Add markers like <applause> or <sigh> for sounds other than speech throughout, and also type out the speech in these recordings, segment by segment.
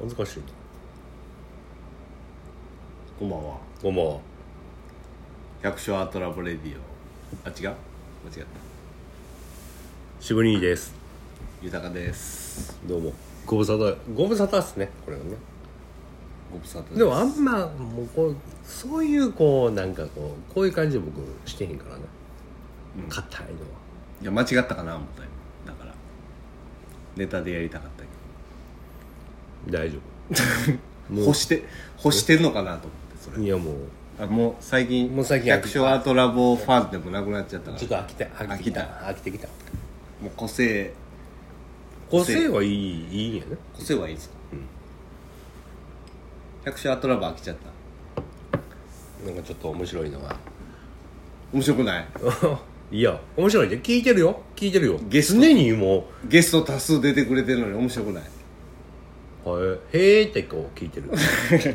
難しいなこんばんはこんばんは百姓アートラボレディオあ違う間違った渋兄です豊かですどうもご無沙汰ご無沙汰っすねこれがねご無沙汰ですでもあんまもうこうそういうこうなんかこうこういう感じ僕してへんからね硬、いのはいや間違ったかな思ったよだからネタでやりたかったけ大丈ど干して干してるのかなと思ってそれ夫いやもうあもう最近もう最近百姓アートラボファンでもなくなっちゃったからちょっと飽きた飽きてきた飽きてきたもう個性個性はいいいいんやね個性はいいですか、百姓アートラボ飽きちゃったなんかちょっと面白いのが面白くない <laughs> いや面白いね聞いてるよ聞いてるよゲスト常にもゲスト多数出てくれてるのに面 <laughs> 白くないうはい「へえ」ってこう聞いてる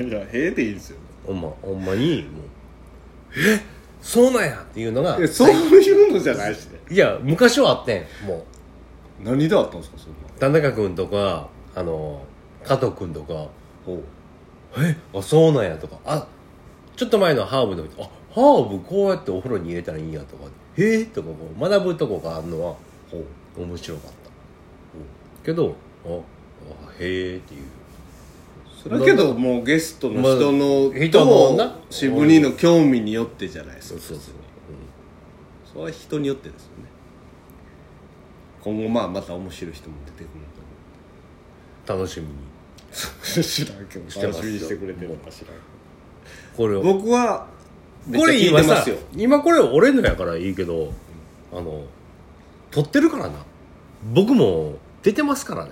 いやへえでいいですよほんまほんまにもうえそうなんやっていうのがいやそういうのじゃないしねいや昔はあってんも何であったんですかそんなう田中君とかあの加藤君とかほうえあそうなんやとかあちょっと前のハーブの人あハーブこうやってお風呂に入れたらいいんやとかへえとかこう学ぶとこがあるのはほう面白かったけどああへえっていうそれけどもうゲストの人の、まあ人のな渋兄の興味によってじゃないですそかうそうそう、それは人によってですよね今後まあまた面白い人も出てくると思うん、楽しみにう知らんけどしてますよ楽しみにしてくれてるのか知らんこれを僕はめっこれちゃ聞い今てまさすよ今これ俺のやからいいけどあの撮ってるからな僕も出てますからね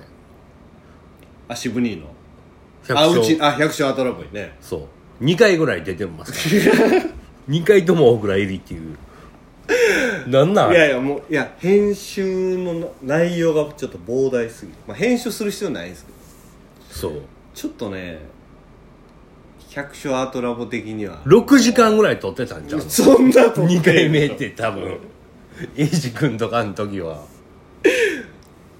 あ渋兄の百あ姓うちあ百姓アトラボにねそう2回ぐらい出てます2 <laughs> 回ともおぐらい入りっていうなんなんいやいやもういや編集のな内容がちょっと膨大すぎる、まあ、編集する必要ないんですけどそうちょっとね百姓アートラボ的には6時間ぐらい撮ってたんじゃんそんなと2回目って多分英二君とかの時は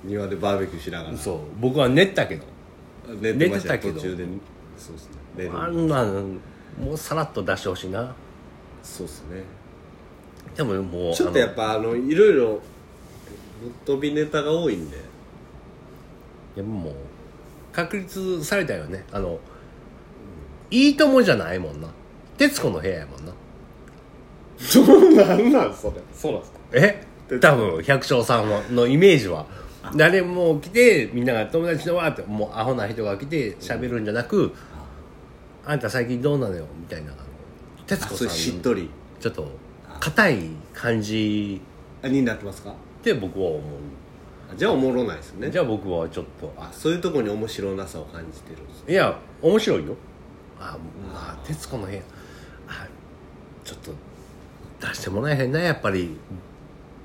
庭でバーベキューしながらそう僕は寝てたけど寝てました寝てたけど途中でそうですね寝あるんなんもうさらっと出してほしいなそうですねでももうちょっとやっぱあのいろいろぶっ飛びネタが多いんでいやもう確立されたよねあの「いいとも」じゃないもんな「徹子の部屋」やもんなそうなんなんそれそうなんですかえ多分百姓さんののイメージは誰も来てみんなが友達のわーってもうアホな人が来て喋るんじゃなく「あんた最近どうなのよ」みたいなあの徹あ子さそんれのしっとりちょっと硬い感じあになってますかで僕は思あじゃあおもろないですうねじゃあ僕はちょっとああそういうとこに面白なさを感じてるんですねいや面白いよあまあ徹子の部屋あちょっと出してもらえへんなやっぱり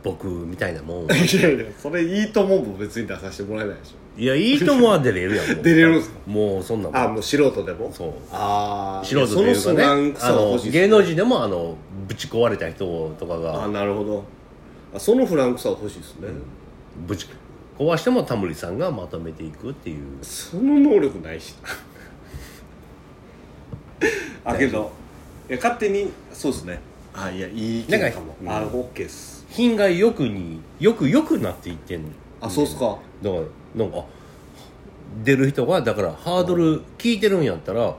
僕みたいなもんいやいやそれいいと思うも別に出させてもらえないでしいやいいともは出れるやんもう <laughs> 出れるんすかもうそんなょあもんもう素人でもそうああ素人というかねあの芸能人でもあのぶち壊れた人とかあがなるほどあそのフランクさは欲しいですね、ぶち壊してもタモリさんがまとめていくっていうその能力ないしな <laughs> あけどいや勝手にそうですねあいやいい意見なんかかもうんあオッケーっす品がよくによくよくなっていってんあそうっすかだからなんか出る人がだからハードル聞いてるんやったら、ハ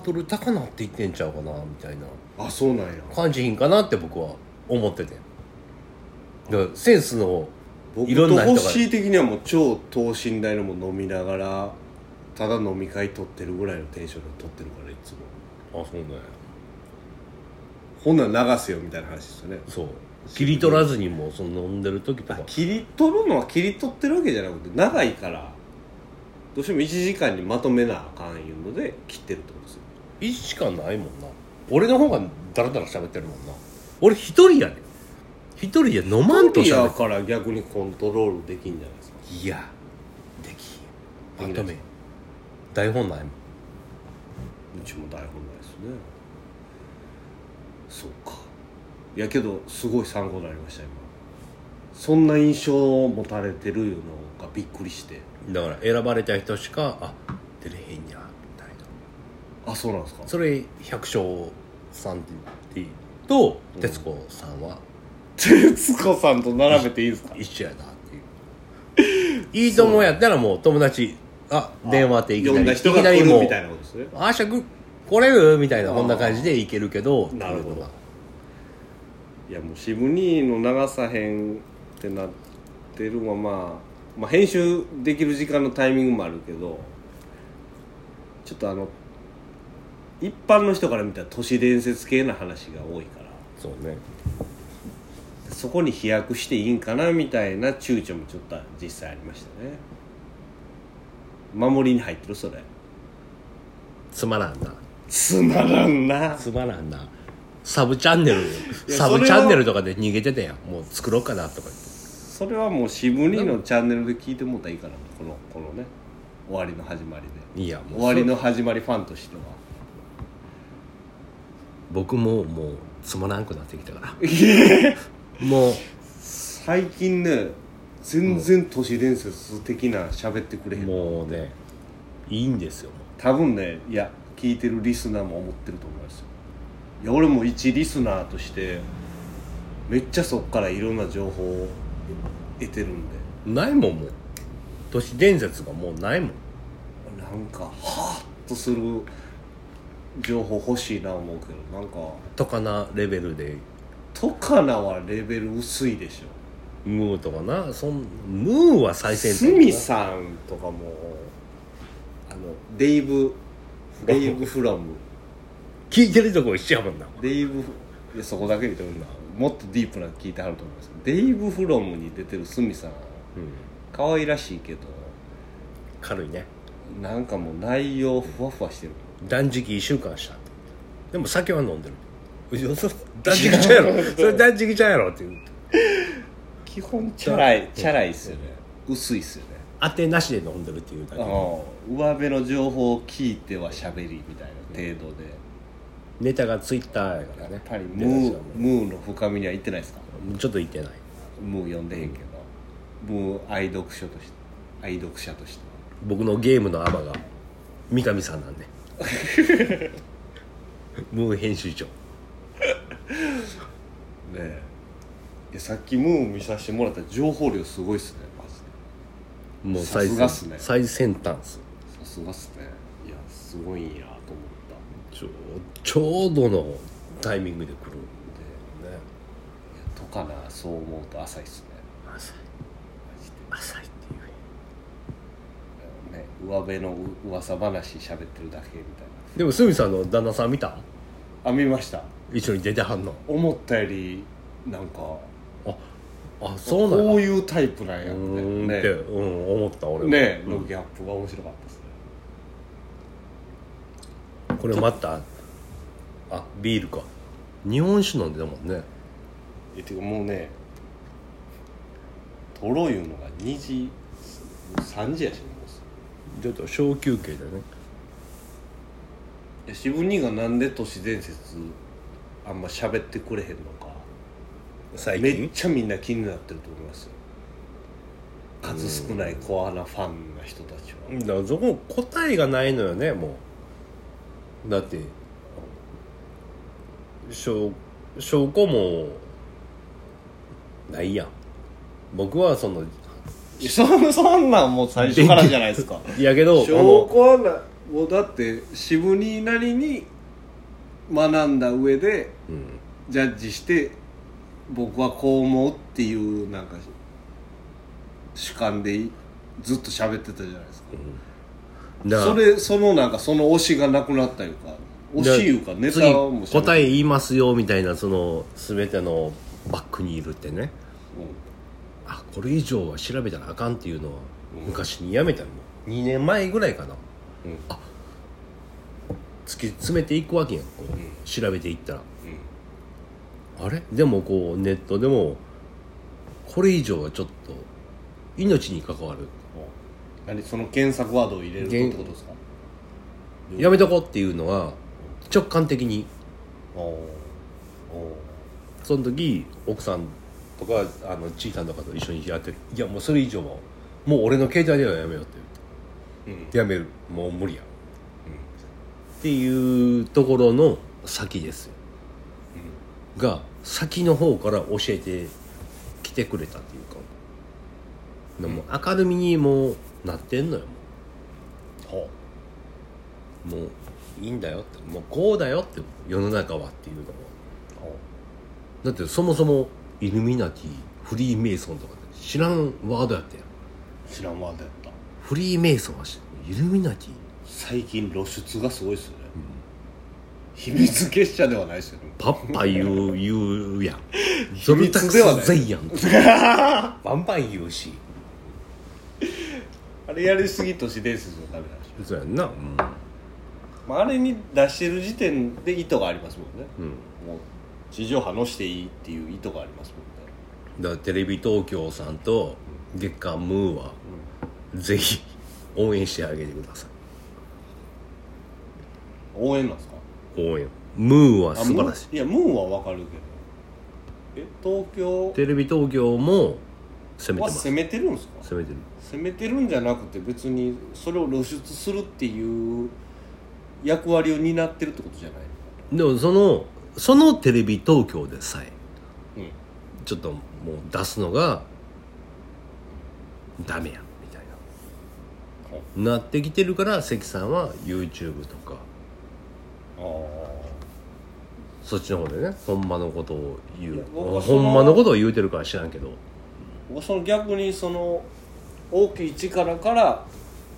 ードル高なっていってんちゃうかなみたいなあそうなんや感じひんかなって僕は思っててだからセンスの僕いろんとな人ホッがシー的にはもう超等身大のもの飲みながらただ飲み会取ってるぐらいのテンションで取ってるからいつもあそうねほんなら流すよみたいな話ですよねそう切り取らずにもうその飲んでる時とあか切り取るのは切り取ってるわけじゃなくて長いからどうしても1時間にまとめなあかんいうので切ってるってことですよ一しかないもんな俺の方がダラダラ喋ってるもんな俺一人やで一人で飲まんとトリ喋アってから逆にコントロールできんじゃないですかいやできひんまできなといめ台本ないもんうちも台本ないですねそうかいやけどすごい参考になりました今そんな印象を持たれてるいうのがびっくりしてだから選ばれた人しかあ出れへんやみたいなあそうなんですかそれ百姓さんってと徹子さんは徹子さんと並べていいですか一緒やなっていういいともやったらもう友達あ電話でいきな呼んりだい人きがな来りもるうみたいなことですね「あーしゃく来れる?」みたいなあーこんな感じでいけるけどなるっほどていうのがいやもう渋兄の長さ編ってなってるまま、まあ、編集できる時間のタイミングもあるけどちょっとあの一般の人から見たら都市伝説系な話が多いからそうねそこに飛躍していいんかなみたいな躊躇もちょっと実際ありましたね守りに入ってるそれつまらんなつまらんなつまらんなサブチャンネルやサブチャンネルとかで逃げてたやんもう作ろうかなとか言ってそれはもう渋兄のチャンネルで聞いてもらったらいいかなこのこのね終わりの始まりでいやもう終わりの始まりファンとしては僕ももうつまらんくなってきた <laughs> からもう最近ね全然都市伝説的な喋ってくれへんもうねいいんですよ多分ねいや聞いてるリスナーも思ってると思いますよいや俺も一リスナーとしてめっちゃそっからいろんな情報を得てるんでないもんもう都市伝説がもうないもんなんかハッとする情報欲しいな思うけどなんかとかなレベルでトカナはレベル薄いでしょムーとかなそんムーは最先ス端ミさんとかもあのデイブデイブ・フロム聞いてるとこ一緒やもんなデイブいやそこだけ見てるなもっとディープなの聞いてはると思いますデイブ・フロムに出てるスミさんうん可愛らしいけど軽いねなんかもう内容ふわふわしてる断食1週間したでも酒は飲んでるいやそれ断食ちゃうやろそれ断食ちゃうやろっていう基本チャラいチャラいっすよね薄いっすよね当てなしで飲んでるっていうだけあの上辺の情報を聞いては喋りみたいな程度でネタがツイッターやからやっねぱり出ムだしはーもムーの深みにはいってないですかうちょっと言ってないもう読んでへんけどもう愛読書として愛読者として僕のゲームのアマが三上さん <laughs> なんでムー編集長ねえいやさっきムーン見させてもらった情報量すごいっすねマジでもうさ最すが先っすね最先端っすさすがっすねいやすごいんやと思ったちょちょうどのタイミングで来るんでねいやとかなそう思うと浅いっすね浅いマジ浅いっていうでね上辺のう噂話喋ってるだけみたいでも鷲見さんの旦那さん見たなあ見ました一緒に出てはんの思ったよりなんかああそうなんこやういうタイプなうんやみたいーんなっねて、うん、思った俺もねえうのんギャップが面白かったですねこれまたあビールか日本酒飲んでたもんねえてかもうねとろいうのが2時3時やしねもうすぐちょっと小休憩だねいや渋兄がなんで都市伝説あんま喋ってくれへんのか最めっちゃみんな気になってると思いますよ数少ないコアなファンな人たちはだからそこ答えがないのよねもうだって証証拠もないやん僕はそのいやそそんなんもう最初からじゃない <laughs> ですかいやけど証あの拠はなもうだって渋兄なりに学んだ上でうんジャッジして僕はこう思うっていうなんか主観でいずっと喋ってたじゃないですかだからそれそのなんかその推しがなくなったいうか推しいうかネタ次も喋って答え言いますよみたいなその全てのバックにいるってねあこれ以上は調べたらあかんっていうのはうん昔にやめたの2年前ぐらいかなうんうん突き詰めていくわけやんこう、うん調べていったらあれでもこうネットでもこれ以上はちょっと命に関わる何その検索ワードを入れるってことですかうんやめとこうっていうのは直感的におーおその時奥さんとかあのちいさんとかと一緒にやってるいやもうそれ以上はもう俺の携帯ではやめようってやめるもう無理や、っていうところの先ですよ、が先の方から教えてきてくれたっていうか、でもう明るみにもうなってんのよもうもういいんだよってもうこうだよって世の中はっていうのもだってそもそもイルミナティフリーメイソンとかって知らんワードやったやん知らんワードやったフリーメイソンは知イルミナティ最近露出がすごいっすよね、秘密結社ではないですよねパッパ言う言 <laughs> うやんゾル密タクではないスゼイやん <laughs> バンバン言うしあれやりすぎ都市伝説のダメなんでしょ、そうやんなうんまあ、あれに出してる時点で意図がありますもんね、うんもう地上波のしていいっていう意図がありますもんねだからテレビ東京さんと月刊ムーはぜひ応援してあげてくださ応援なんですかい応援ムーはあ素晴らしいムーンいやムーンはわかるけどえ東京テレビ東京も攻めはてます攻めてるんですか攻めてる攻めてるんじゃなくて別にそれを露出するっていう役割を担ってるってことじゃないでもそのそのテレビ東京でさえうんちょっともう出すのがダメやみたいななってきてるから関さんは YouTube とかあそっちの方でねほんまのことを言いうや僕はそほのんまのことを言うてるから知らんけどあその逆にその大きい力から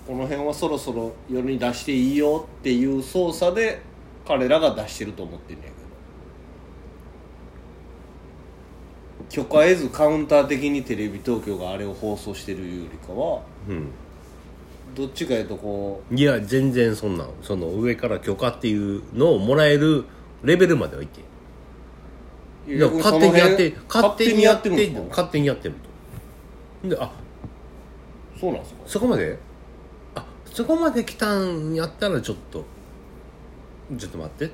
この辺はそろそろ世に出していいよっていう操作で彼らが出してると思ってんねんけど許可得ずカウンター的にテレビ東京があれを放送してるよりかはうんどっちかいうとこいや全然そんなんその上から許可っていうのをもらえるレベルまではいってういや勝手にやって勝勝手手ににややっってるてるんですか勝手にやってるとであそうなんですかそこまであそこまで来たんやったらちょっとちょっと待ってって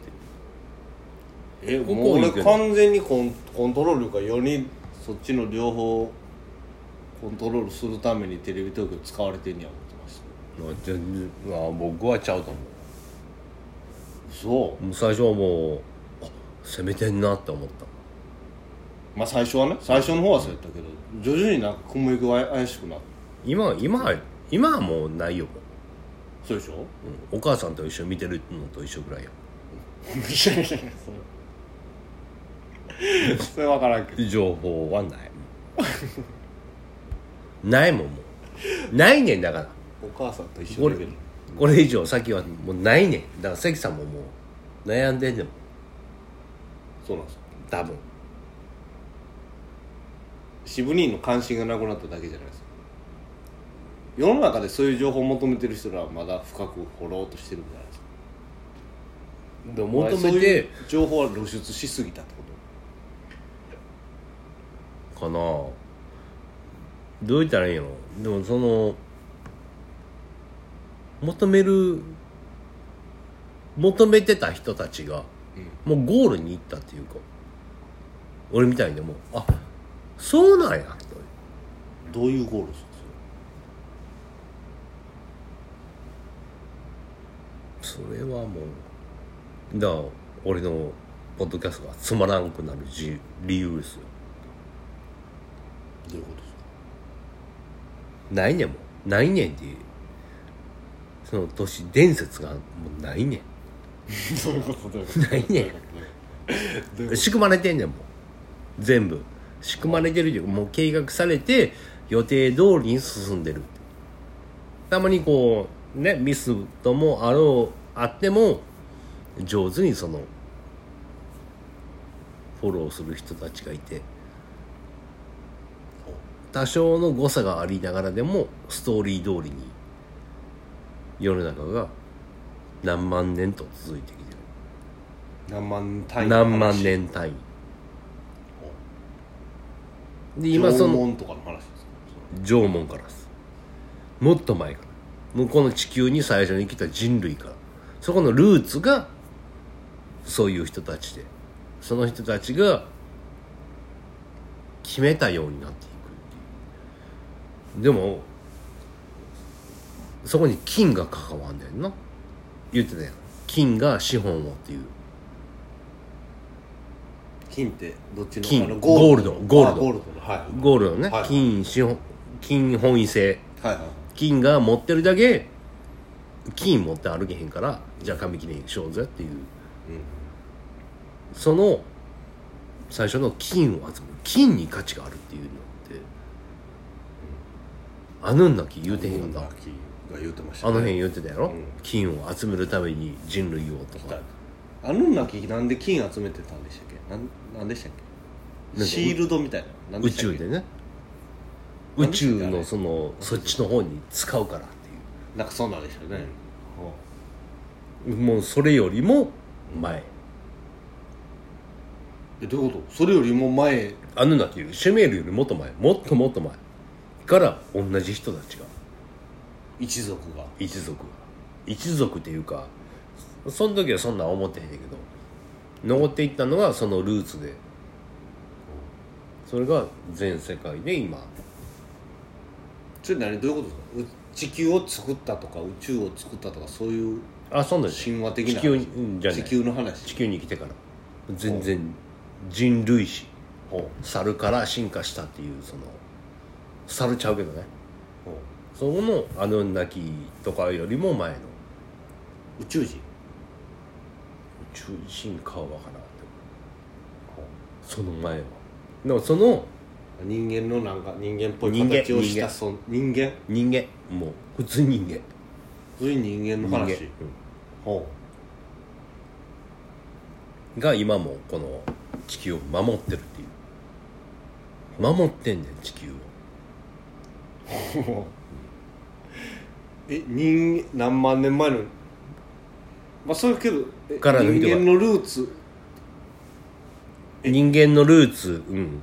えここもうい俺いけど完全にコンコントロールか世にそっちの両方コントロールするためにテレビ東京使われてんねや思ってましたあ全然あ僕はちゃうと思そうもう最初はもうあ攻めてんなって思っうまあ最初はね最初の方はそうやったけど徐々になんか雲行きが怪しくなってた今は今は今はもうないよもそうでしょう、うん、お母さんと一緒に見てるのと一緒ぐらいよいやいやいや <laughs> それそれ分からんけど情報はない <laughs> ないもんもうないねんだからお母さんと一緒こにれレベルこれ以上先はもうないねんだから関さんももう悩んでんねんもんそうなんですよ多分渋人の関心がなくなっただけじゃないですか世の中でそういう情報を求めてる人らはまだ深く掘ろうとしてるんじゃないですかでもお前求めそういうて情報は露出しすぎたってこかなどう言ったらいいのでもその求める求めてた人たちが、もうゴールに行ったっていうか俺みたいにもうあそうなんやととどういうゴールですかそれはもうだから俺のポッドキャストがつまらんくなるじ理由ですよどういうことですかないねんもうないねんっていうその都市伝説がもうないねんどういうことどういうことないね仕組まれてんねんもん全部仕組まれてるというかもう計画されて予定通りに進んでるたまにこうねミスともあろうあっても上手にそのフォローする人たちがいて多少の誤差がありながらでもストーリー通りに世の中が何万年と続いてきてる何万単位の話何万年単位で今今そそのの門とかの話ですか縄文からですもっと前からもうこの地球に最初に来た人類からそこのルーツがそういう人たちでその人たちが決めたようになっていくっていうでもそこに金が関わんねんな言ってたやん金が資本をっていう金ってどっちの金あのゴールドあゴールドのはいゴールドね、はい金資本金本位制はいはい金が持ってるだけ金持って歩けへんからじゃあ紙切れにしようぜっていう、その最初の金を集める金に価値があるっていうのって、アヌンナキ言うてへんかったラッキーが言うてましたあねの辺言ってたやろ、うん金を集めるために人類をとかアヌンナキなんで金集めてたんでしたっけなんなんでしたっなけんかシールドみたいななん宇したっ宙けでね宇何でしたっけ宙のそのそっちの方に使うからっていうなんかそんなんでしたよね、ほもうそれよりも前うえどういうことそれよりも前アヌナキよりシュメールよりもっと前もっともっと前から同じ人たちが一族が一族が一族っていうかその時はそんなん思ってへんねんけど残っていったのがそのルーツでそれが全世界で今それ何どういうことですかう地球を作ったとか宇宙を作ったとかそういうあそんなん神話的な地球にうんじゃない地球の話地球に来てから全然人類史ほ猿から進化したっていうその猿ちゃうけどねうほそこのアヌンナキとかよりも前の宇う宇宙人宙進化は分からんでもほうその前はでもその人間のなんか人間っぽい人間形をし人た間その人間人間もう普通人間そういう人間人の間、話ほうんが今もこの地球を守ってるっていう守ってんねん地球をうえ人何万年前のまあそういうけどえからの人人が間のルーツ人間のルーツうん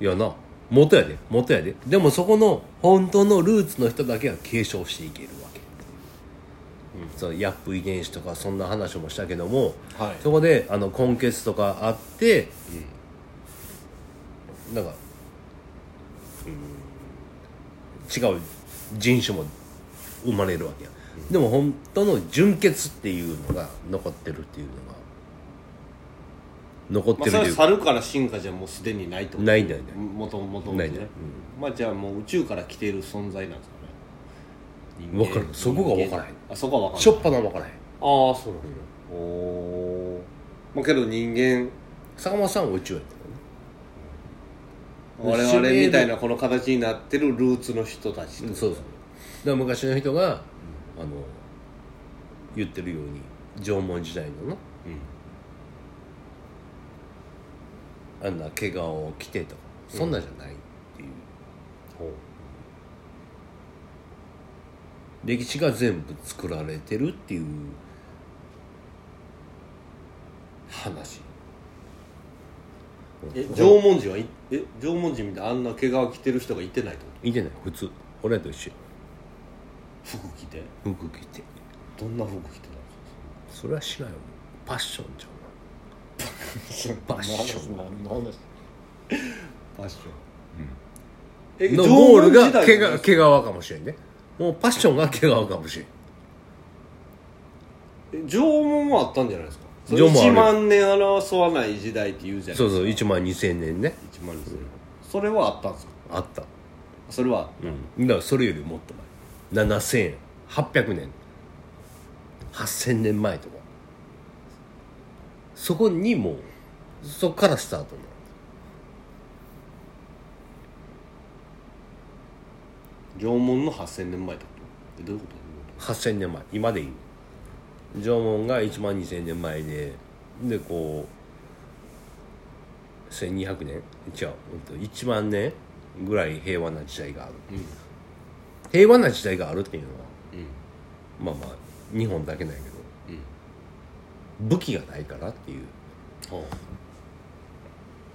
いやな元やで元やででもそこの本当のルーツの人だけが継承していけるわけ、うん、そのヤップ遺伝子とかそんな話もしたけども、はいそこであの根血とかあって、なんか、うん、違う人種も生まれるわけや、でも本当の純血っていうのが残ってるっていうのが残っまてあるそとれはいうか、猿から進化じゃもうすでにないってことないないないもともとないないねまあじゃあもう宇宙から来ている存在なんですかね人間わからんそこがわからへんあそこは分からんしょっぱな分からへんああそうなんだ、おーまあけど人間坂本さんは宇宙やったよね我々みたいなこの形になってるルーツの人たちとそうそうだから昔の人が、あの言ってるように縄文時代のな、あんな毛皮を着てとかそんなんじゃないっていう、ほ歴史が全部作られてるっていう話うえ縄文人はいえ縄文人みたいなあんな毛皮着てる人がいてないってこいてない普通俺らと一緒と服着て服着てどんな服着てそれはしないよパッションちゃたのッション何の話パッシうョンののゴールが毛毛が毛皮かもしれんねもうパッションが毛皮かもしれん縄文はあったんじゃないですかそれ縄文ある1万年争わない時代って言うじゃないですそかうそう1万2000年ね1万年それはあったんですかあったそれはうんだからそれよりもっと前7800年8000年前とかそこにもうそこからスタートなの縄文の8000年前ってことえどういうこと8000年前今でいい縄文が1万2000年前ででこう1200年違ううんと1万年ぐらい平和な時代がある、平和な時代があるっていうのは、まあまあ日本だけなんやけど、武器がないからっていうはあ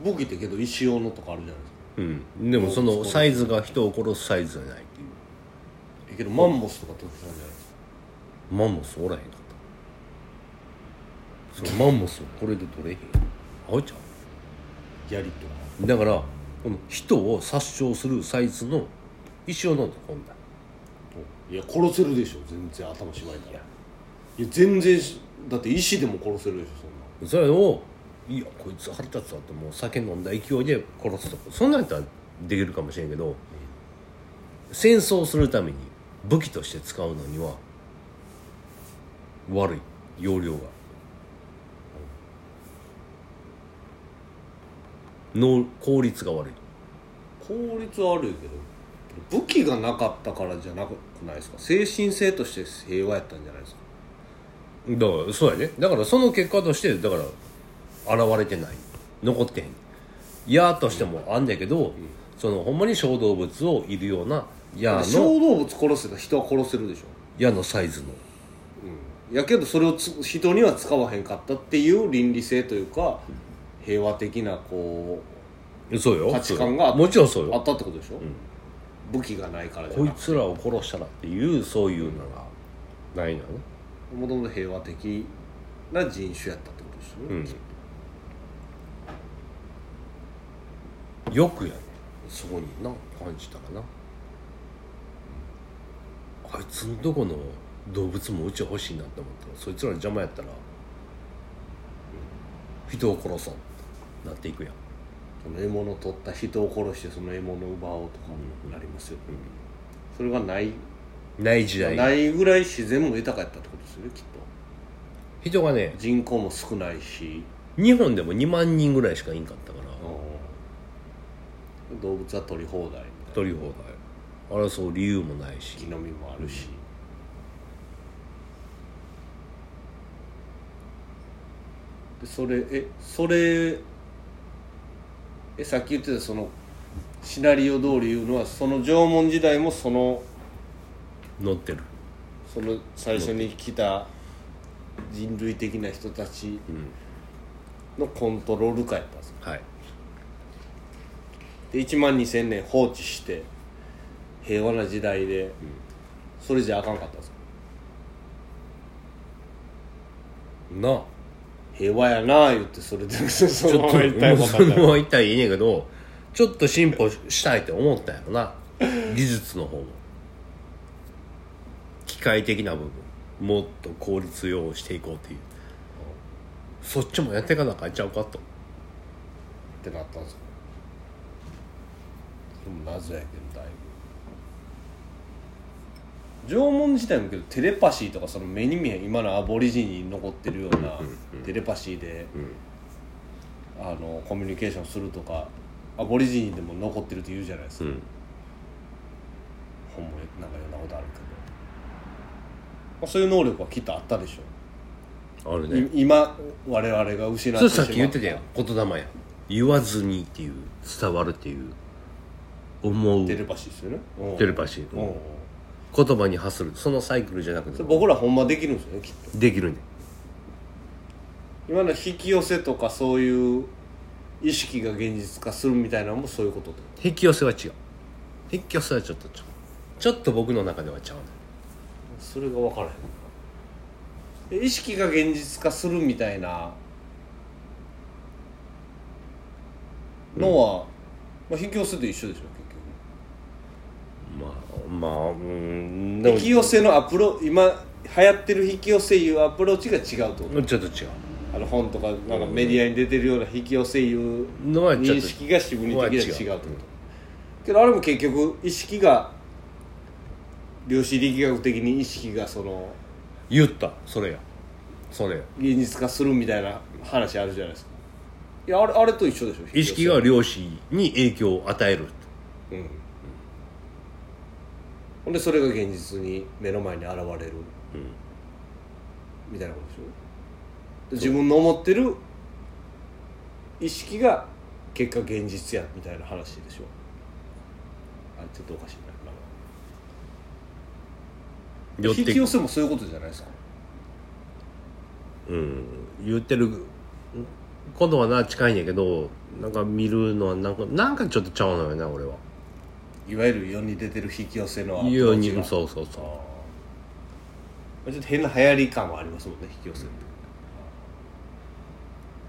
武器ってけど石用のとかあるじゃないですかうん、でもそのサイズが人を殺すサイズじゃないっていうえけどマンモスとか取ってたんじゃないですかマンモスおらへんかったそのマンモスをこれで取れへんあいちゃ槍とかうだからこの人を殺傷するサイズの石を飲んでこんだといや殺せるでしょ全然頭しまいたらいや全然しだって石でも殺せるでしょそんなそれをいやこいつ腹立つわってもう酒飲んだ勢いで殺すとかそんなんやったらできるかもしれんけど戦争するために武器として使うのには悪い容量がの効率が悪い効率は悪いけど武器がなかったからじゃなくないですか精神性として平和やったんじゃないですかだからそうやねだからその結果としてだから現れてない残ってへん矢としてもあんだけど、そのほんまに小動物をいるような矢の小動物殺せたら人は殺せるでしょ矢のサイズのやけどそれをつ人には使わへんかったっていう倫理性というか平和的なこそうよ価値観があったもちろんそううあよったってことでしょ、武器がないからじゃこいなくてつらを殺したらっていうそういうのがないのねもともと平和的な人種やったってことですよね、うんよくやねそこにな感じたかなあいつんとこの動物もうち欲しいなって思ったらそいつらの邪魔やったら人を殺そうってなっていくやんその獲物取った人を殺してその獲物を奪おうとかになりますよ、それがないない時代ないぐらい自然も豊かやったってことですよねきっと人がね人口も少ないし、日本でも2万人ぐらいしかいんかったからうん動物は取り放題みたいな取り放題あれそう理由もないし木の実もあるし、でそれえそれえさっき言ってたそのシナリオ通り言うのはその縄文時代もその乗ってるその最初に来た人類的な人たちのコントロール下やったんですよはいで1万2000年放置して平和な時代で、それじゃあかんかったんですよなあ平和やなあ言ってそれでそちのょっまとま一も体う分そのまかまいったらいいねんけどちょっと進歩したいって思ったんやろな技術の方も機械的な部分もっと効率用意していこうっていうそっちもやっていかなあかんちゃうかとってなったんですよでも謎やけどだいぶ縄文時代もけどテレパシーとかその目に見えん今のアボリジニに残ってるようなテレパシーで、あのコミュニケーションするとかアボリジニでも残ってるって言うじゃないですか、うん本もなんか読んだことあるけど、まあ、そういう能力はきっとあったでしょあるう、い今我々が失ってしまそれさっき言ってたやん言霊や言わずにっていう伝わるっていう思うテレパシーですよねうんテレパシーうん言葉に発するそのサイクルじゃなくそてれ僕らほんまできるんですよねきっとできるねん今の引き寄せとかそういう意識が現実化するみたいなのもそういうことで引き寄せは違う引き寄せはちょっとちょちょっと僕の中ではちゃうねんそれが分からへんえ意識が現実化するみたいなのは、まあ、引き寄せと一緒でしょまあまあうーん結局引き寄せのアプロ今流行ってる引き寄せいうアプローチが違うってことちょっと違あの本とかなんかメディアに出てるような引き寄せいううのはちょっ認と識が自分に的には違うってはことけどあれも結局意識が量子力学的に意識がその言ったそれやそれや現実化するみたいな話あるじゃないですかいやあれあれと一緒でしょ意識が量子に影響を与えるうんほんでそれが現実に目の前に現れる、みたいなことでしょで自分の思ってる意識が結果現実やみたいな話でしょあちょっとおかしいな寄っ引てき寄せもそういうことじゃないですかうん言ってることはな近いんやけどなんか見るのはなんかなんかちょっとちゃうのよな俺はいわゆる世に出てる引き寄せのアプローチが世にそうそうあーそまあちょっと変な流行り感はありますもんね引き寄せって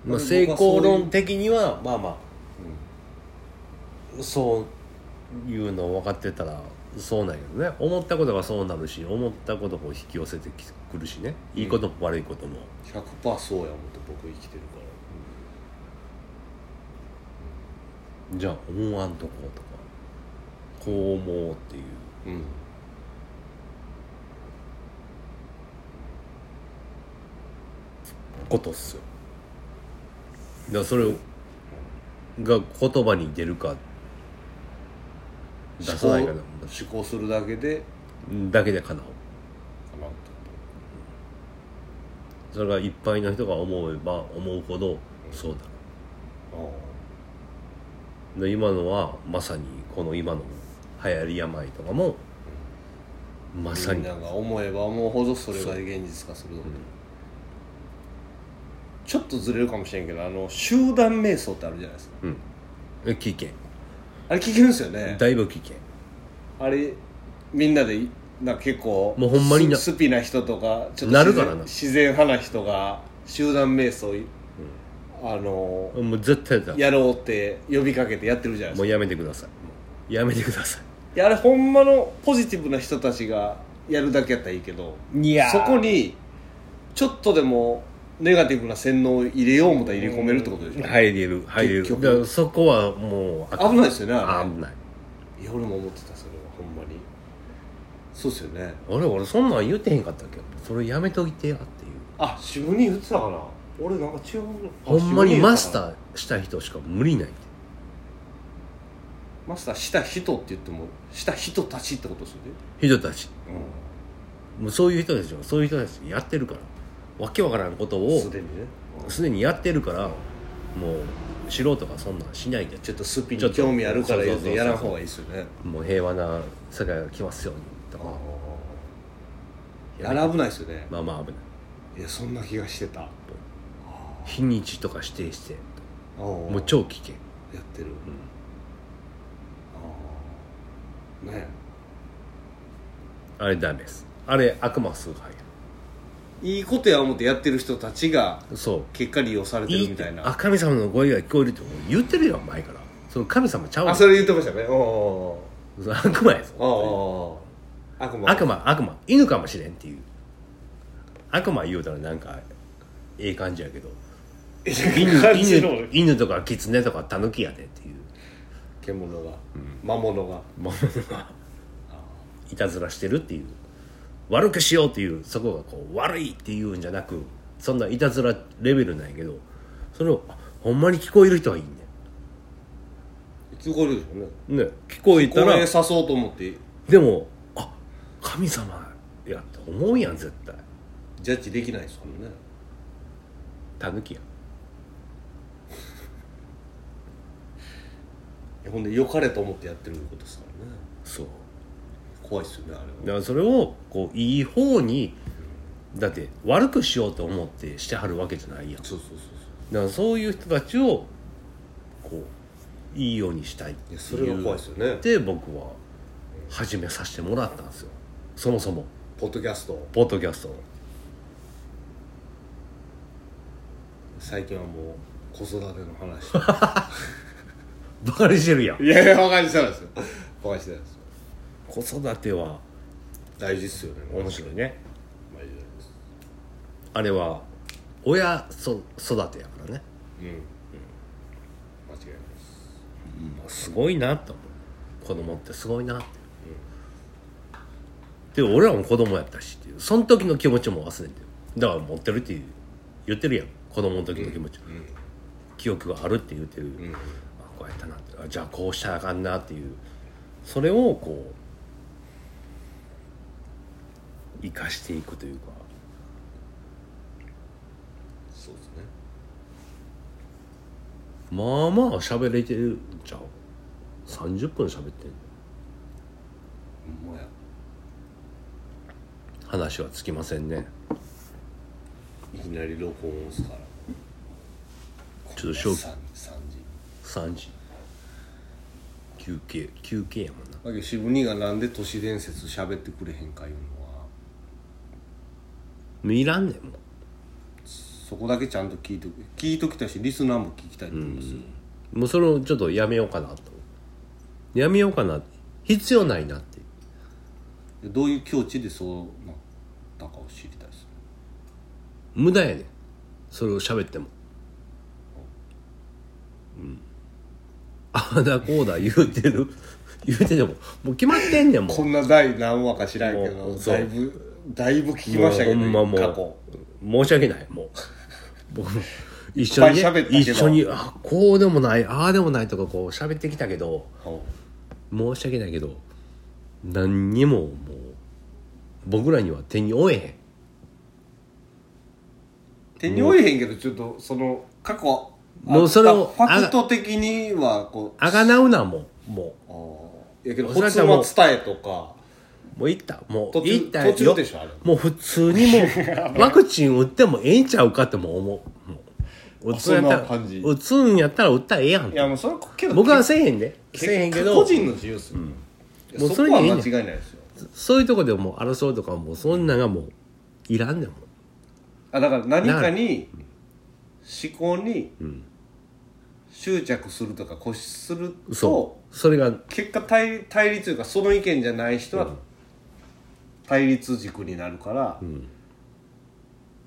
う、まあ、僕は成功そういう論的にはまあまあ、そういうの分かってたらそうなんやね思ったことがそうなるし思ったことも引き寄せてくるしねいいことも悪いことも、 100%そうやもんと僕生きてるからじゃあ思わんとこうとかこう思おうっていううんことっすよだからそれをが言葉に出るか出さないか思考思考するだけでだけで叶うかなとそれがいっぱいの人が思えば思うほどそうだで今のはまさにこの今の流行り病とかもまさみんになが思えば思うほどそれが現実化するとちょっとずれるかもしれんけどあの集団瞑想ってあるじゃないですかえ危険あれ聞けるんですよねだいぶ危険あれみんなでいなんか結構もうほんまになススピな人とかちょっとなる自か然らな自然派な人が集団瞑想い、あのもう絶対だやろうって呼びかけてやってるじゃないですもかうやめてくださいやめてくださいやあれほんまのポジティブな人たちがやるだけやったらいいけどいいやーそこにちょっとでもネガティブな洗脳を入れよう思ったら入れ込めるってことでしいょ入れる入れる結局だからそこはもうあ危ないですよねああれ危ないいや俺も思ってたそれはほんまにそうですよねあれ俺そんなん言ってへんかったっけそれやめといてやっていうあ自分に言ってたかな俺なんか違うあほんまに自分言ってたかなマスターした人しか無理ないってマスターした人って言ってもした人たちってことですよね人たちもうそういう人たちはそういう人たちやってるからわけわからんことをすでにねすでにやってるからもう素人がそんなんしないでちょっとスピちょにっと興味あるからそうそうそ言ううてそうやらん方がいいですよねもう平和な世界が来ますようにとかあれ危ないですよねまあまあ危ないいやそんな気がしてた日にちとか指定してももう超危険やってる、ああねあれダメですあれ悪魔崇拝えいいことや思ってやってる人たちがそう結果利用されているいみってたいなあ神様の声が聞こえるって言ってるよ前からその神様ちゃうねんあそれ言ってましたねおその悪魔やぞーおー悪魔 <laughs> 悪魔悪魔犬かもしれんっていう悪魔言うたらなんかええ感じやけど犬感じの犬犬とか狐とか狸やでっていう獣が、魔物がものがいたずらしてるっていう悪くしようっていうそこがこう悪いっていうんじゃなくそんないたずらレベルなんやけどそれをあほんまに聞こえる人はいいね聞こえるでしょうねんね聞こえこたれら刺そうと思ってでもあ神様やって思うやん絶対ジャッジできないですもんね狸やほんで良かれと思ってやってることですからねそう怖いっすよねあれはだからそれをこういい方にだって悪くしようと思ってしてはるわけじゃないやんだかそうそうそうそらそういう人たちをこういいようにしたいっていういうやそれが怖いっすよねで僕は始めさせてもらったんですよそもそもポッドキャストポッドキャストを最近はもう子育ての話とかバカにしてるやんいやいやバカにしてないですよバカにしてないですよ子育ては大事っすよね面白いねマジで大事ですあれは親そ育てやからね、うん、うん、間違いないですまあ、すごいなと思う子供ってすごいなって、で俺らも子供やったしっていうその時の気持ちも忘れてるだから持ってるっていう言ってるやん子供の時の気持ち、記憶があるって言ってる、あこうやったなってあじゃあこうしたらあかんなっていうそれをこう生かしていくというかそうですねまあまあ喋れてるんちゃう30分喋ってんのほんまや話はつきませんねいきなり録音を押すからちょっと正気3時3時休憩休憩やもんなだけど渋兄がなんで都市伝説喋ってくれへんかいうのは見らんねんもそこだけちゃんと聞いとく聞いときたいしリスナーも聞きたいと思いますよ、うもうそれをちょっとやめようかなとやめようかなって必要ないなってどういう境地でそうなったかを知りたいですね無駄やねんそれを喋ってもうんああだこうだ言うてる <laughs> 言うててももう決まってんねんもうこんな第何話か知らんけもどうそうだいぶだいぶ聞きましたけど、もうほんま過も去う申し訳ないもう <laughs> 僕も一緒に、いっぱい喋ったけど一緒にあこうでもないああでもないとかこう喋ってきたけど申し訳ないけど何にももう僕らには手に負えへん手に負えへんけどちょっとその過去もうそれをあったファクト的にはこうあがなうなもうもあーいやけどそコれツはもはう伝えとかうもういったも途う中いった途中でしょあれもう普通にも <laughs> うワクチン打ってもええんちゃうかっても思うもう打つんやったあそんなら感じ打つんやったら打ったらええやんいやもうそれけど僕はせえへんでせえへんけど個人の自由っすよ、いやもうそそれこではいい間ねん違いないですよそういうとこでもう争うとかはもうそんなんがもういらんねんもうあだから何かに思考に執着するとか固執するとそうそれが結果対対立というかその意見じゃない人は対立軸になるから、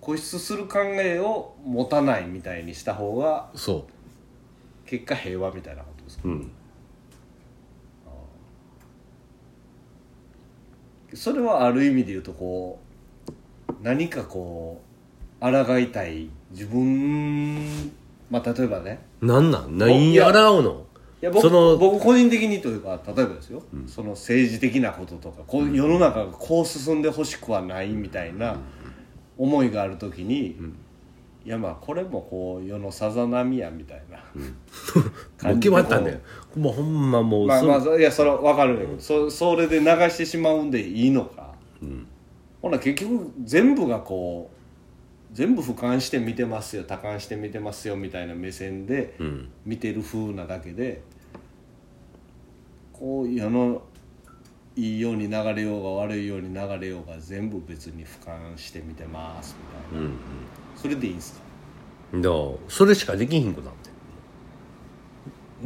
固執する考えを持たないみたいにした方がそ結果平和みたいなことですか、ううんそれはある意味で言うとこう何かこう抗いたい自分まあ例えばねなんなん何やらうのいや僕その僕個人的にというか例えばですよ、その政治的なこととかこう世の中がこう進んでほしくはないみたいな思いがある時に、いやまあこれもこう世のさざ波やみたいな、もう決まったんだよもうほんまもうまあそまあそいやそれは分かるんだけど、そそれで流してしまうんでいいのか、ほな結局全部がこう全部俯瞰して見てますよ多感して見てますよみたいな目線でん見てる風なだけで、こう世のいいように流れようが悪いように流れようが全部別に俯瞰して見てますみたいな、それでいいんですかだからそれしかできひんこと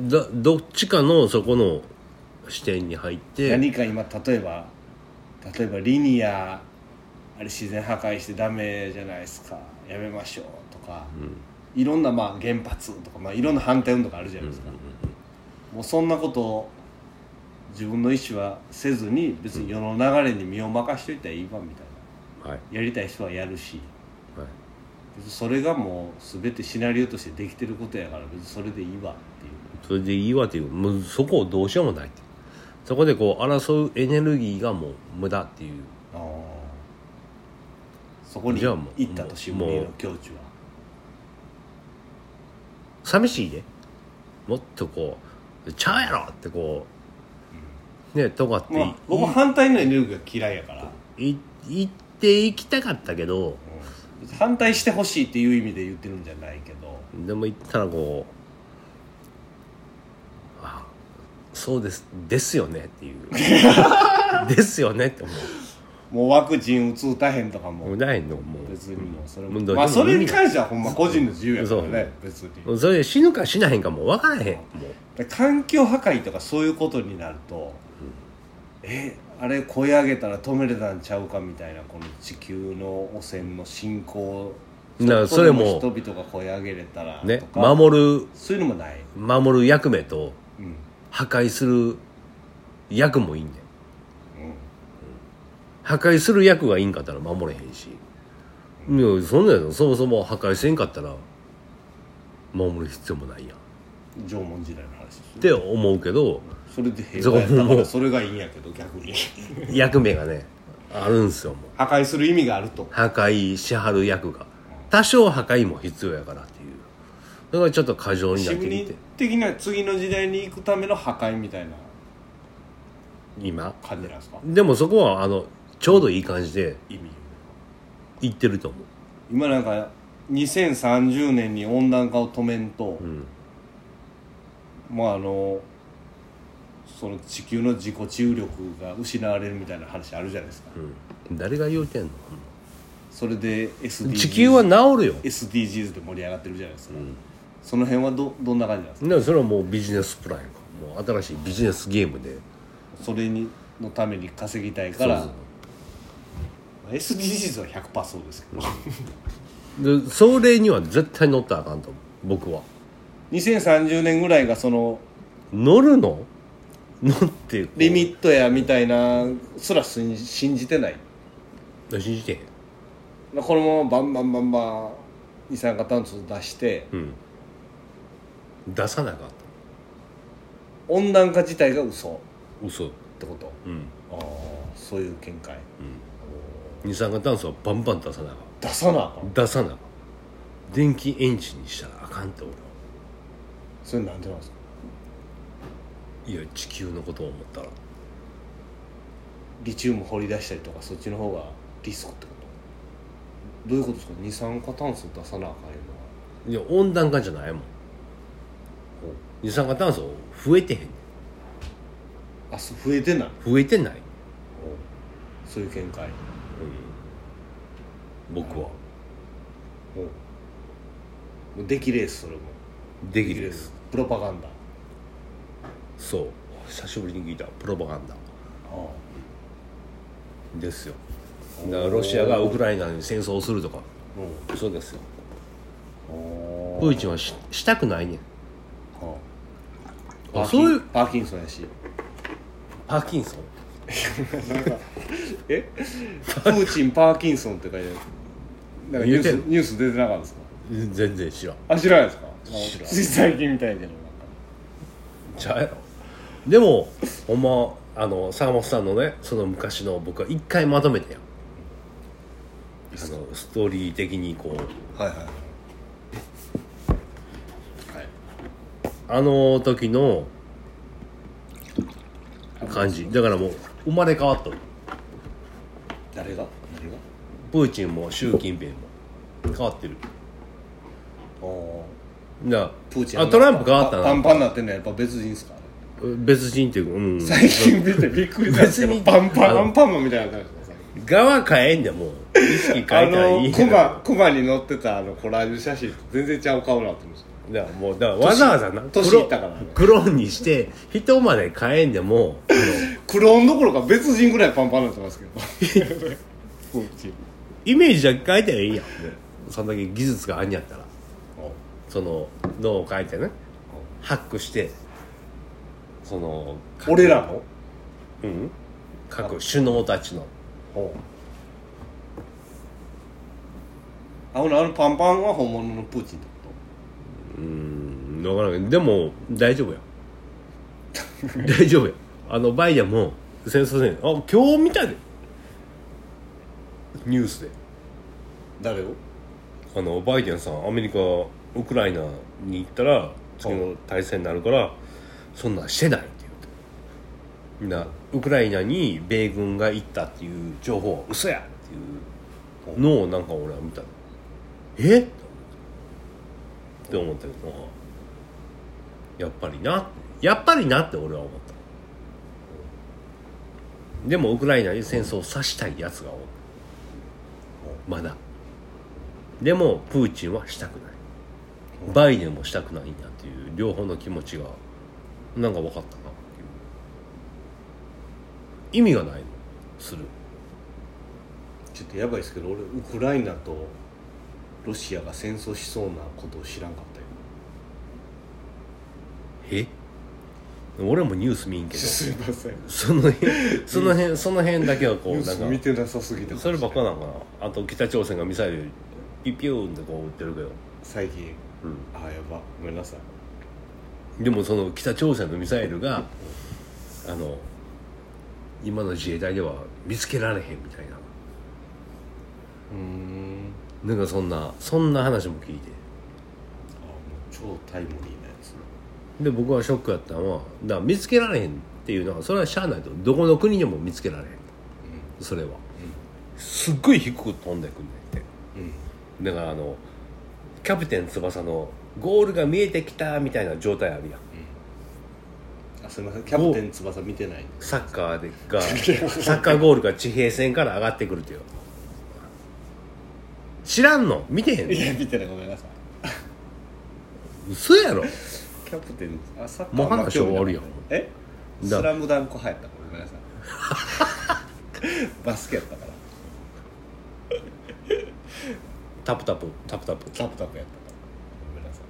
なんだだどっちかのそこの視点に入って何か今例えば例えばリニアあれ自然破壊してダメじゃないですかやめましょうとか、いろんなまあ原発とか、まあ、いろんな反対運動があるじゃないですか、もうそんなことを自分の意思はせずに別に世の流れに身を任しといたらいいわみたいはいなやりたい人はやるしはい別にそれがもう全てシナリオとしてできてることやから別にそれでいいわっていうそれでいいわっていうもうそこをどうしようもないってそこでこう争うエネルギーがもう無駄っていうあーそこにじゃあもう行ったとしももうの境地は寂しいでもっとこう「ちゃうやろ!」ってこうねとかってい、まあ、僕反対のエネルギーが嫌いやから、い言っていきたかったけど反対してほしいっていう意味で言ってるんじゃないけどでも言ったらこう「あそうですですよね」っていう <laughs> 「ですよね」って思もうワクチン打つたへんとかうももうないのも別にもうそれもうも、どうまあ、でもそいいれねに関してはほんま個人の自由やからね別にうそれで死ぬか死なへんかもう分からへんもう環境破壊とかそういうことになると、えあれ声上げたら止めれたんちゃうかみたいなこの地球の汚染の進行だからそれもちょっとで人々が声上げれたらとか、ね守るそういうのもない、守る役目とうん、破壊する役もいいんだよ、破壊する役がいいんかったら守れへんし、いやそんなのそもそも破壊せんかったら守る必要もないやんっ縄文時代の話ですよて思うけどそれで平和やったからそれがいいんやけど逆に役目がねあるんすよもう破壊する意味があると破壊しはる役が多少破壊も必要やからっていうだからちょっと過剰になシってムきニて的には次の時代に行くための破壊みたいな今感じなんですかでもそこはあのちょうどいい感じで意味いってると思う今なんか2030年に温暖化を止めんと、んまああのその地球の自己治癒力が失われるみたいな話あるじゃないですか、うん誰が言うてんのそれで SDGs, 地球は治るよ SDGs で盛り上がってるじゃないですか、その辺はどどんな感じなんですかでもそれはもうビジネスプランやからもう新しいビジネスゲームでそれにのために稼ぎたいからそうそうまあ SDGs は100%そうです <laughs> けどでそれには絶対乗ったらあかんと思う僕は2030年ぐらいがその乗るの乗ってこうリミットやみたいなすら信じ信じてない信じてへんこのままバンバンバンバン二酸化炭素出してうん出さなあかんと温暖化自体が嘘っ嘘てことうんああそういう見解二酸化炭素はバンバン出さなあか出さなあかんん出さなあかん電気エンジンにしたらあかんって俺はそれなんでなんですかいや地球のことを思ったらリチウム掘り出したりとかそっちの方がリスクってことどういうことですか二酸化炭素出さなあかんいうのはいや温暖化じゃないもん二酸化炭素増えてへんねんあそう増えてない増えてないそういう見解僕はもうできれいですそれもできるでできれいすプロパガンダそう久しぶりに聞いたプロパガンダですよだからロシアがウクライナに戦争をするとかそうですよプーチンはししたくないねんああそういうパーキンソンやしパーキンソンえプーチンパーキンソンって書いてあるなんかニュ言ースうてんニュース出てなかったですか全然知らんあ知らないですか知らんつい最近みたいなのちゃうやろでもほんまあの坂本さんのねその昔の僕は一回まとめてやんあのストーリー的にこうはいはいあの時の感じだからもう生まれ変わっとる誰が誰がプーチンも習近平も変わってるおだからプーチンあトランプ変わったパンなパンなってんのはやっぱ別人ですか別人っていうかうん最近見てびっくりしたんです別けどにパンパあンのアンパンマンみたいな感じですね側変えんでもう意識変えたあらいのいコやんだかマコマに載ってたあのコラージュ写真と全然ちゃう顔になってましらもうだからわざわざな年いったからね黒にして人まで変えんでもあのたクローンどころか別人ぐらいパンパンになってますけどプーチンイメージだけ変えたらいいやんそんだけ技術があんにやったらその脳を変えてねハックしてその <laughs> 俺らのうん各首脳たちのあほなあのパンパンは本物のプーチンってこうん分からんけどでも大丈夫や <laughs> 大丈夫やあのバイデンも戦争戦あ今日見たでニュースでと誰をあのバイデンさんアメリカウクライナに行ったら次の大戦になるからそんなんしてないって言うてみんなウクライナに米軍が行ったっていう情報は嘘やっていうのをなんか俺は見たのえっって思ったけどやっぱりなやっぱりなって俺は思ったでもウクライナに戦争をさしたいやつがおるまだでもプーチンはしたくないバイデンもしたくないんだっていう両方の気持ちがなんか分かったなっていう意味がないのするちょっとやばいですけど俺ウクライナとロシアが戦争しそうなことを知らんかったよえ俺もニュース見んけどすいませんその辺 <laughs> その辺その辺だけはこうニュなーんかス見てなさすぎてそればっかなのかなあと北朝鮮がミサイルピピューンってこう撃ってるけど、最近うあやばごめんなさいん、でもその北朝鮮のミサイルがあの今の自衛隊では見つけられへんみたいなうーんなんかそんなそんな話も聞いてあもう超タイムリーなやつで僕はショックやったのはだから見つけられへんっていうのはそれはしゃあないとどこの国でも見つけられへん、それは、すっごい低く飛んでくんねんってうんだからあのキャプテン翼のゴールが見えてきたみたいな状態あるやんあすいませんキャプテン翼見てないんでサッカーでがサッカーゴールが地平線から上がってくるという知らんの見てへんのいや見てないごめんなさい嘘やろキャプテンあサッカーもう話終わるやんえだスラムダンク流行ったごめんなさいバスケやったからタプタプタプタプタプタプやったからごめんなさ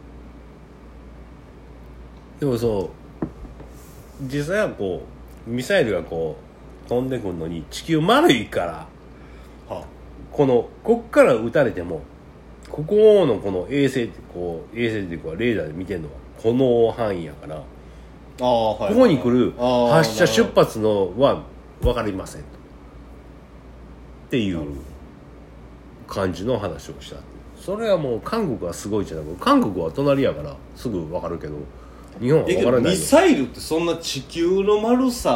いでもそう実際はこうミサイルがこう飛んでくるのに地球丸いからはこのこっから撃たれてもここのこの衛星ってこう衛星っていうかレーダーで見てるのはこの範囲やから、ああはいここに来るあー発射なる出ほど発のは分かりませんとっていう感じの話をしたそれはもう韓国はすごいじゃなく韓国は隣やからすぐ分かるけど日本はえ分けかどらないミよサイルってそんな地球の丸さ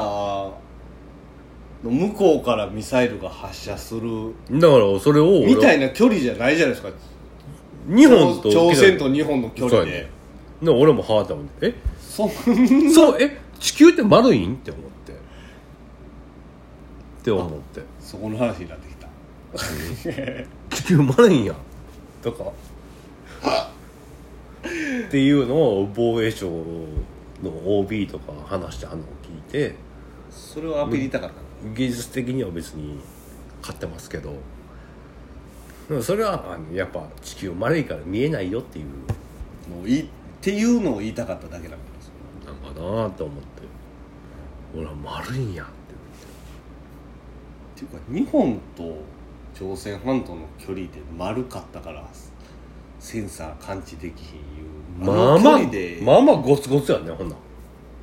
の向こうからミサイルが発射するだからそれを俺はみたいな距離じゃないじゃないですか日本と朝鮮と日本の距そう離やで、ねで俺もハートもんでそんえそうえ地球って丸いんって思ってって思って <laughs> そこの話になってきた地球丸いんやとかっていうのを防衛省の OB とか話してあるのを聞いてそれをアピりたかったの技術的には別に勝ってますけどでもそれはあのやっぱ地球丸いから見えないよっていうもういいっていうのを言いたかっただけだからそれなんかなと思って俺は丸いんやってっていうか日本と朝鮮半島の距離で丸かったからセンサー感知できひんいうまあのま距あ離で、まあまあゴツゴツやねほんなん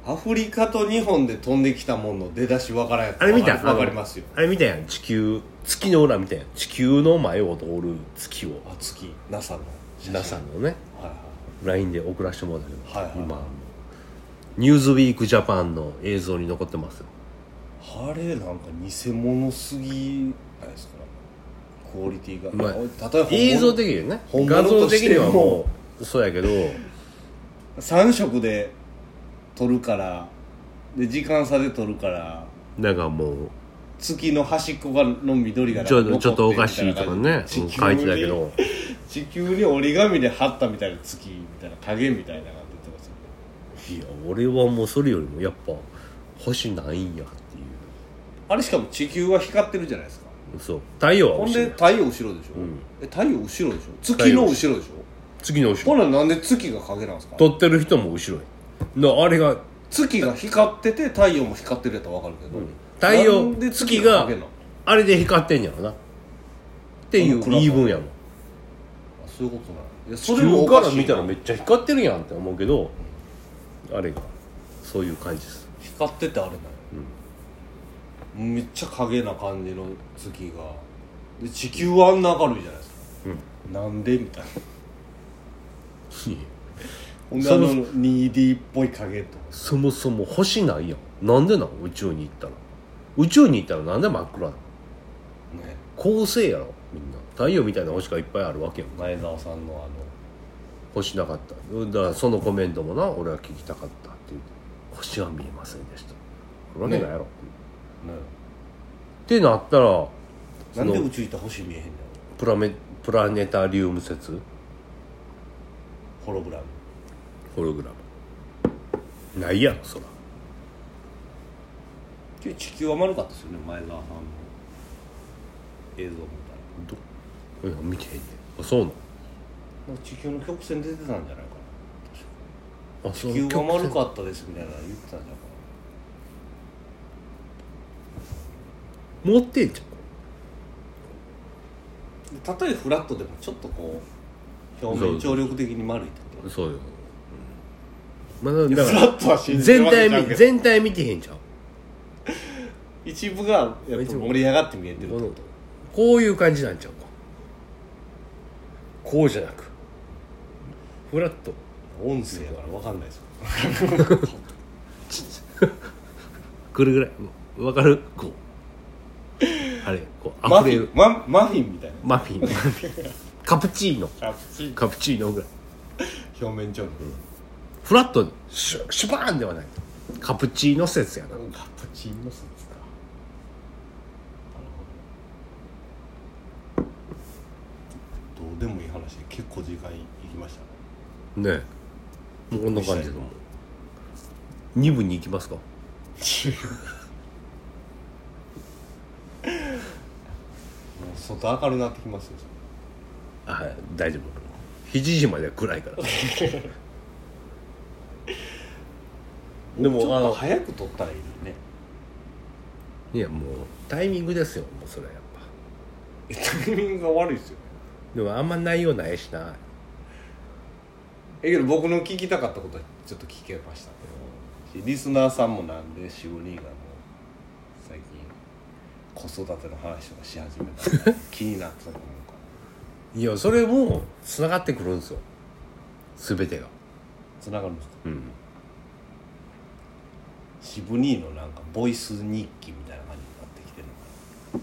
アフリカと日本で飛んできたもんの出だしわからんやつあれ見たわかりますよあれ見たやん地球月の裏見たやん地球の前を通る月をあ月 NASA の写真 NASA のねはいはい LINE で送らせてもらったけど、はいはいはい今「ニューズウィークジャパンの映像に残ってますよあれなんか偽物すぎないですかクオリティが、まあ例えば映像的にはね本画像物と的しにてもはもうそうやけど3色で撮るからで時間差で撮るからなんかもう月の端っこがの緑がちょ残ちょっとおかしみいたとなかね感じ書いて地球たにけど地球に折り紙で貼ったみたいな月みたいな影みたいなのが出てますよねいや俺はもうそれよりもやっぱ星ないんやっていあれしかも地球は光ってるじゃないですかうそう太陽はほん星で太陽後ろでしょ、え太陽後ろでしょ月の後ろでしょ次の後ほろらなんで月が影なんですか撮ってる人も後ろになあれが月が光ってて太陽も光ってるやったら分かるけど、太陽なんで月が影なのあれで光ってんやろなっていう言い分やもんあそういうことなのいやそ地れも球おかからしい見たらなめっちゃ光ってるやんって思うけどあれがそういう感じです光っててあれなの、めっちゃ影な感じの月がで地球はあんな明るいじゃないですか、なんでみたいなほんであのそ 2D っぽい影とそもそも星ないやんなんでなん宇宙に行ったら宇宙に行ったらなんで真っ暗なのね恒星やろみんな太陽みたいな星がいっぱいあるわけやん前澤さんのあの星なかっただからそのコメントもな俺は聞きたかったっていう星は見えませんでしたあるわけないやろ、ねってなったらなそんでの宇宙行ったら星見えへんねんプラメプラネタリウム説ホログラムホログラムないやろそら地球は丸かったですよね前澤さんの映像見たらどいや見てへんねんあそうなのなんか地球の曲線出てたんじゃないかなあ地球が丸曲線かったですみたいなの言ってたんじゃないか持ってんじなでたとえフラットでもちょっとこう表面張力的に丸いってゃこんそうよ、まあ、とだフかラらットは信じる全わけ体じゃん見けど全体見てへんじゃん一部がやっぱ盛り上がって見えてるってことこういう感じなんちゃうかこうじゃなくフラット音声だから分かんないですよくるぐらいわかるこうあれこうマ溢フれィるンママフィンみたいなマフィンマフィンカプチーノあ普通カプチーノぐらい表面張力フラットシュシュバーンではないカプチーノ説やなカプチーノスですかどうでもいい話で結構時間いきましたねねえもうこんな感じで2部に行きますか外明るなってきますよはい大丈夫7時までは暗いからでちょっもあとの早く撮ったらいいのにねいやもうタイミングですよもうそれはやっぱタイミングが悪いですよねでもあんま内容ないしなえけど僕の聞きたかったことはちょっと聞けましたけどリスナーさんもなんでシ5人がもう最近子育ての話とかし始めたら気になってたと思うからいやそれもつながってくるんですよ全てがつながるんですかうんシブニーのなんかボイス日記みたいな感じになってきてる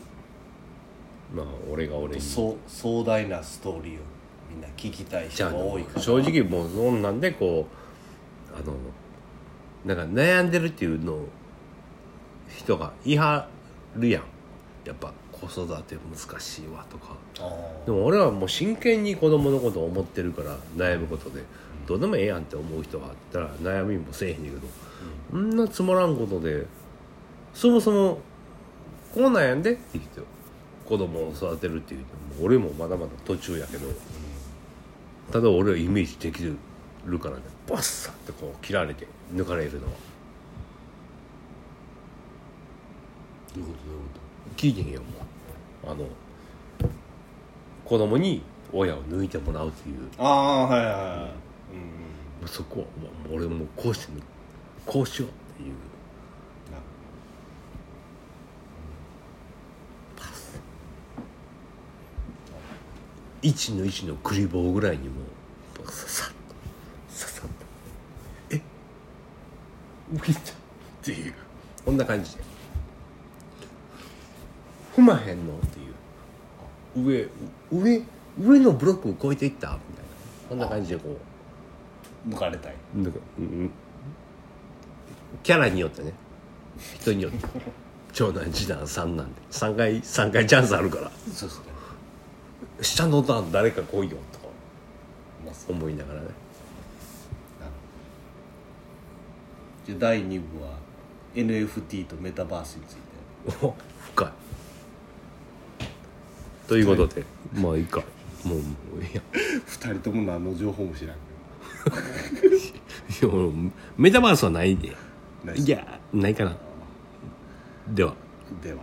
のまかあ俺が俺なにそう壮大なストーリーをみんな聞きたいじ人ゃあが多いから正直もうそんなんでこうあのなんか悩んでるっていうのを人が言いはるやんやっぱ子育て難しいわとかあーでも俺はもう真剣に子供のことを思ってるから悩むことでどうでもええやんって思う人があったら悩みもせえへんねんけどそんなつまらんことでそもそもこう悩んでって言ってよ子供を育てるっていうのも俺もまだまだ途中やけどただ俺はイメージできるからねバッサってこう切られて抜かれるのはどういうことどういうこ聞いてへんよもうあの子供に親を抜いてもらうっていうとああはいはいはい、うんもうそこはもう俺もうこうしてみこうしようっていうな一の一のクリボーぐらいにもうささっとささっとえっ起きたっていうこんな感じで踏まへんのっていう上上上のブロックを越えていったみたいなこんな感じでこう。抜かれたいなんか、うん、キャラによってね人によって長男次男三男で3回三回チャンスあるからそうですね下の段誰か来いよとかまあそう思いながらねなるほどじゃあ第2部は NFT とメタバースについてお深いということでまあいいかもうもういや2人とも何の情報も知らんけいやもうメタバースはないでないっすいやないかなではどでは